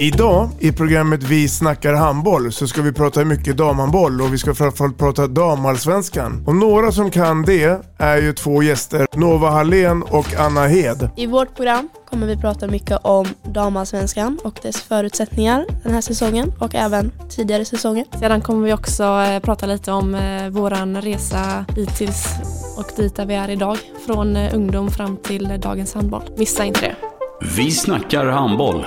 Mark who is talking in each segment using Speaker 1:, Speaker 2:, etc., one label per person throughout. Speaker 1: Idag i programmet Vi snackar handboll så ska vi prata mycket damhandboll och vi ska framförallt prata damallsvenskan. Och några som kan det är ju två gäster, Nova Hallén och Anna Hed.
Speaker 2: I vårt program kommer vi prata mycket om damallsvenskan och dess förutsättningar den här säsongen och även tidigare säsonger.
Speaker 3: Sedan kommer vi också eh, prata lite om eh, våran resa hittills och dit där vi är idag. Från eh, ungdom fram till eh, dagens handboll. Missa inte det.
Speaker 4: Vi snackar handboll.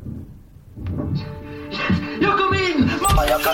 Speaker 5: Jag kom in! Mamma, jag kom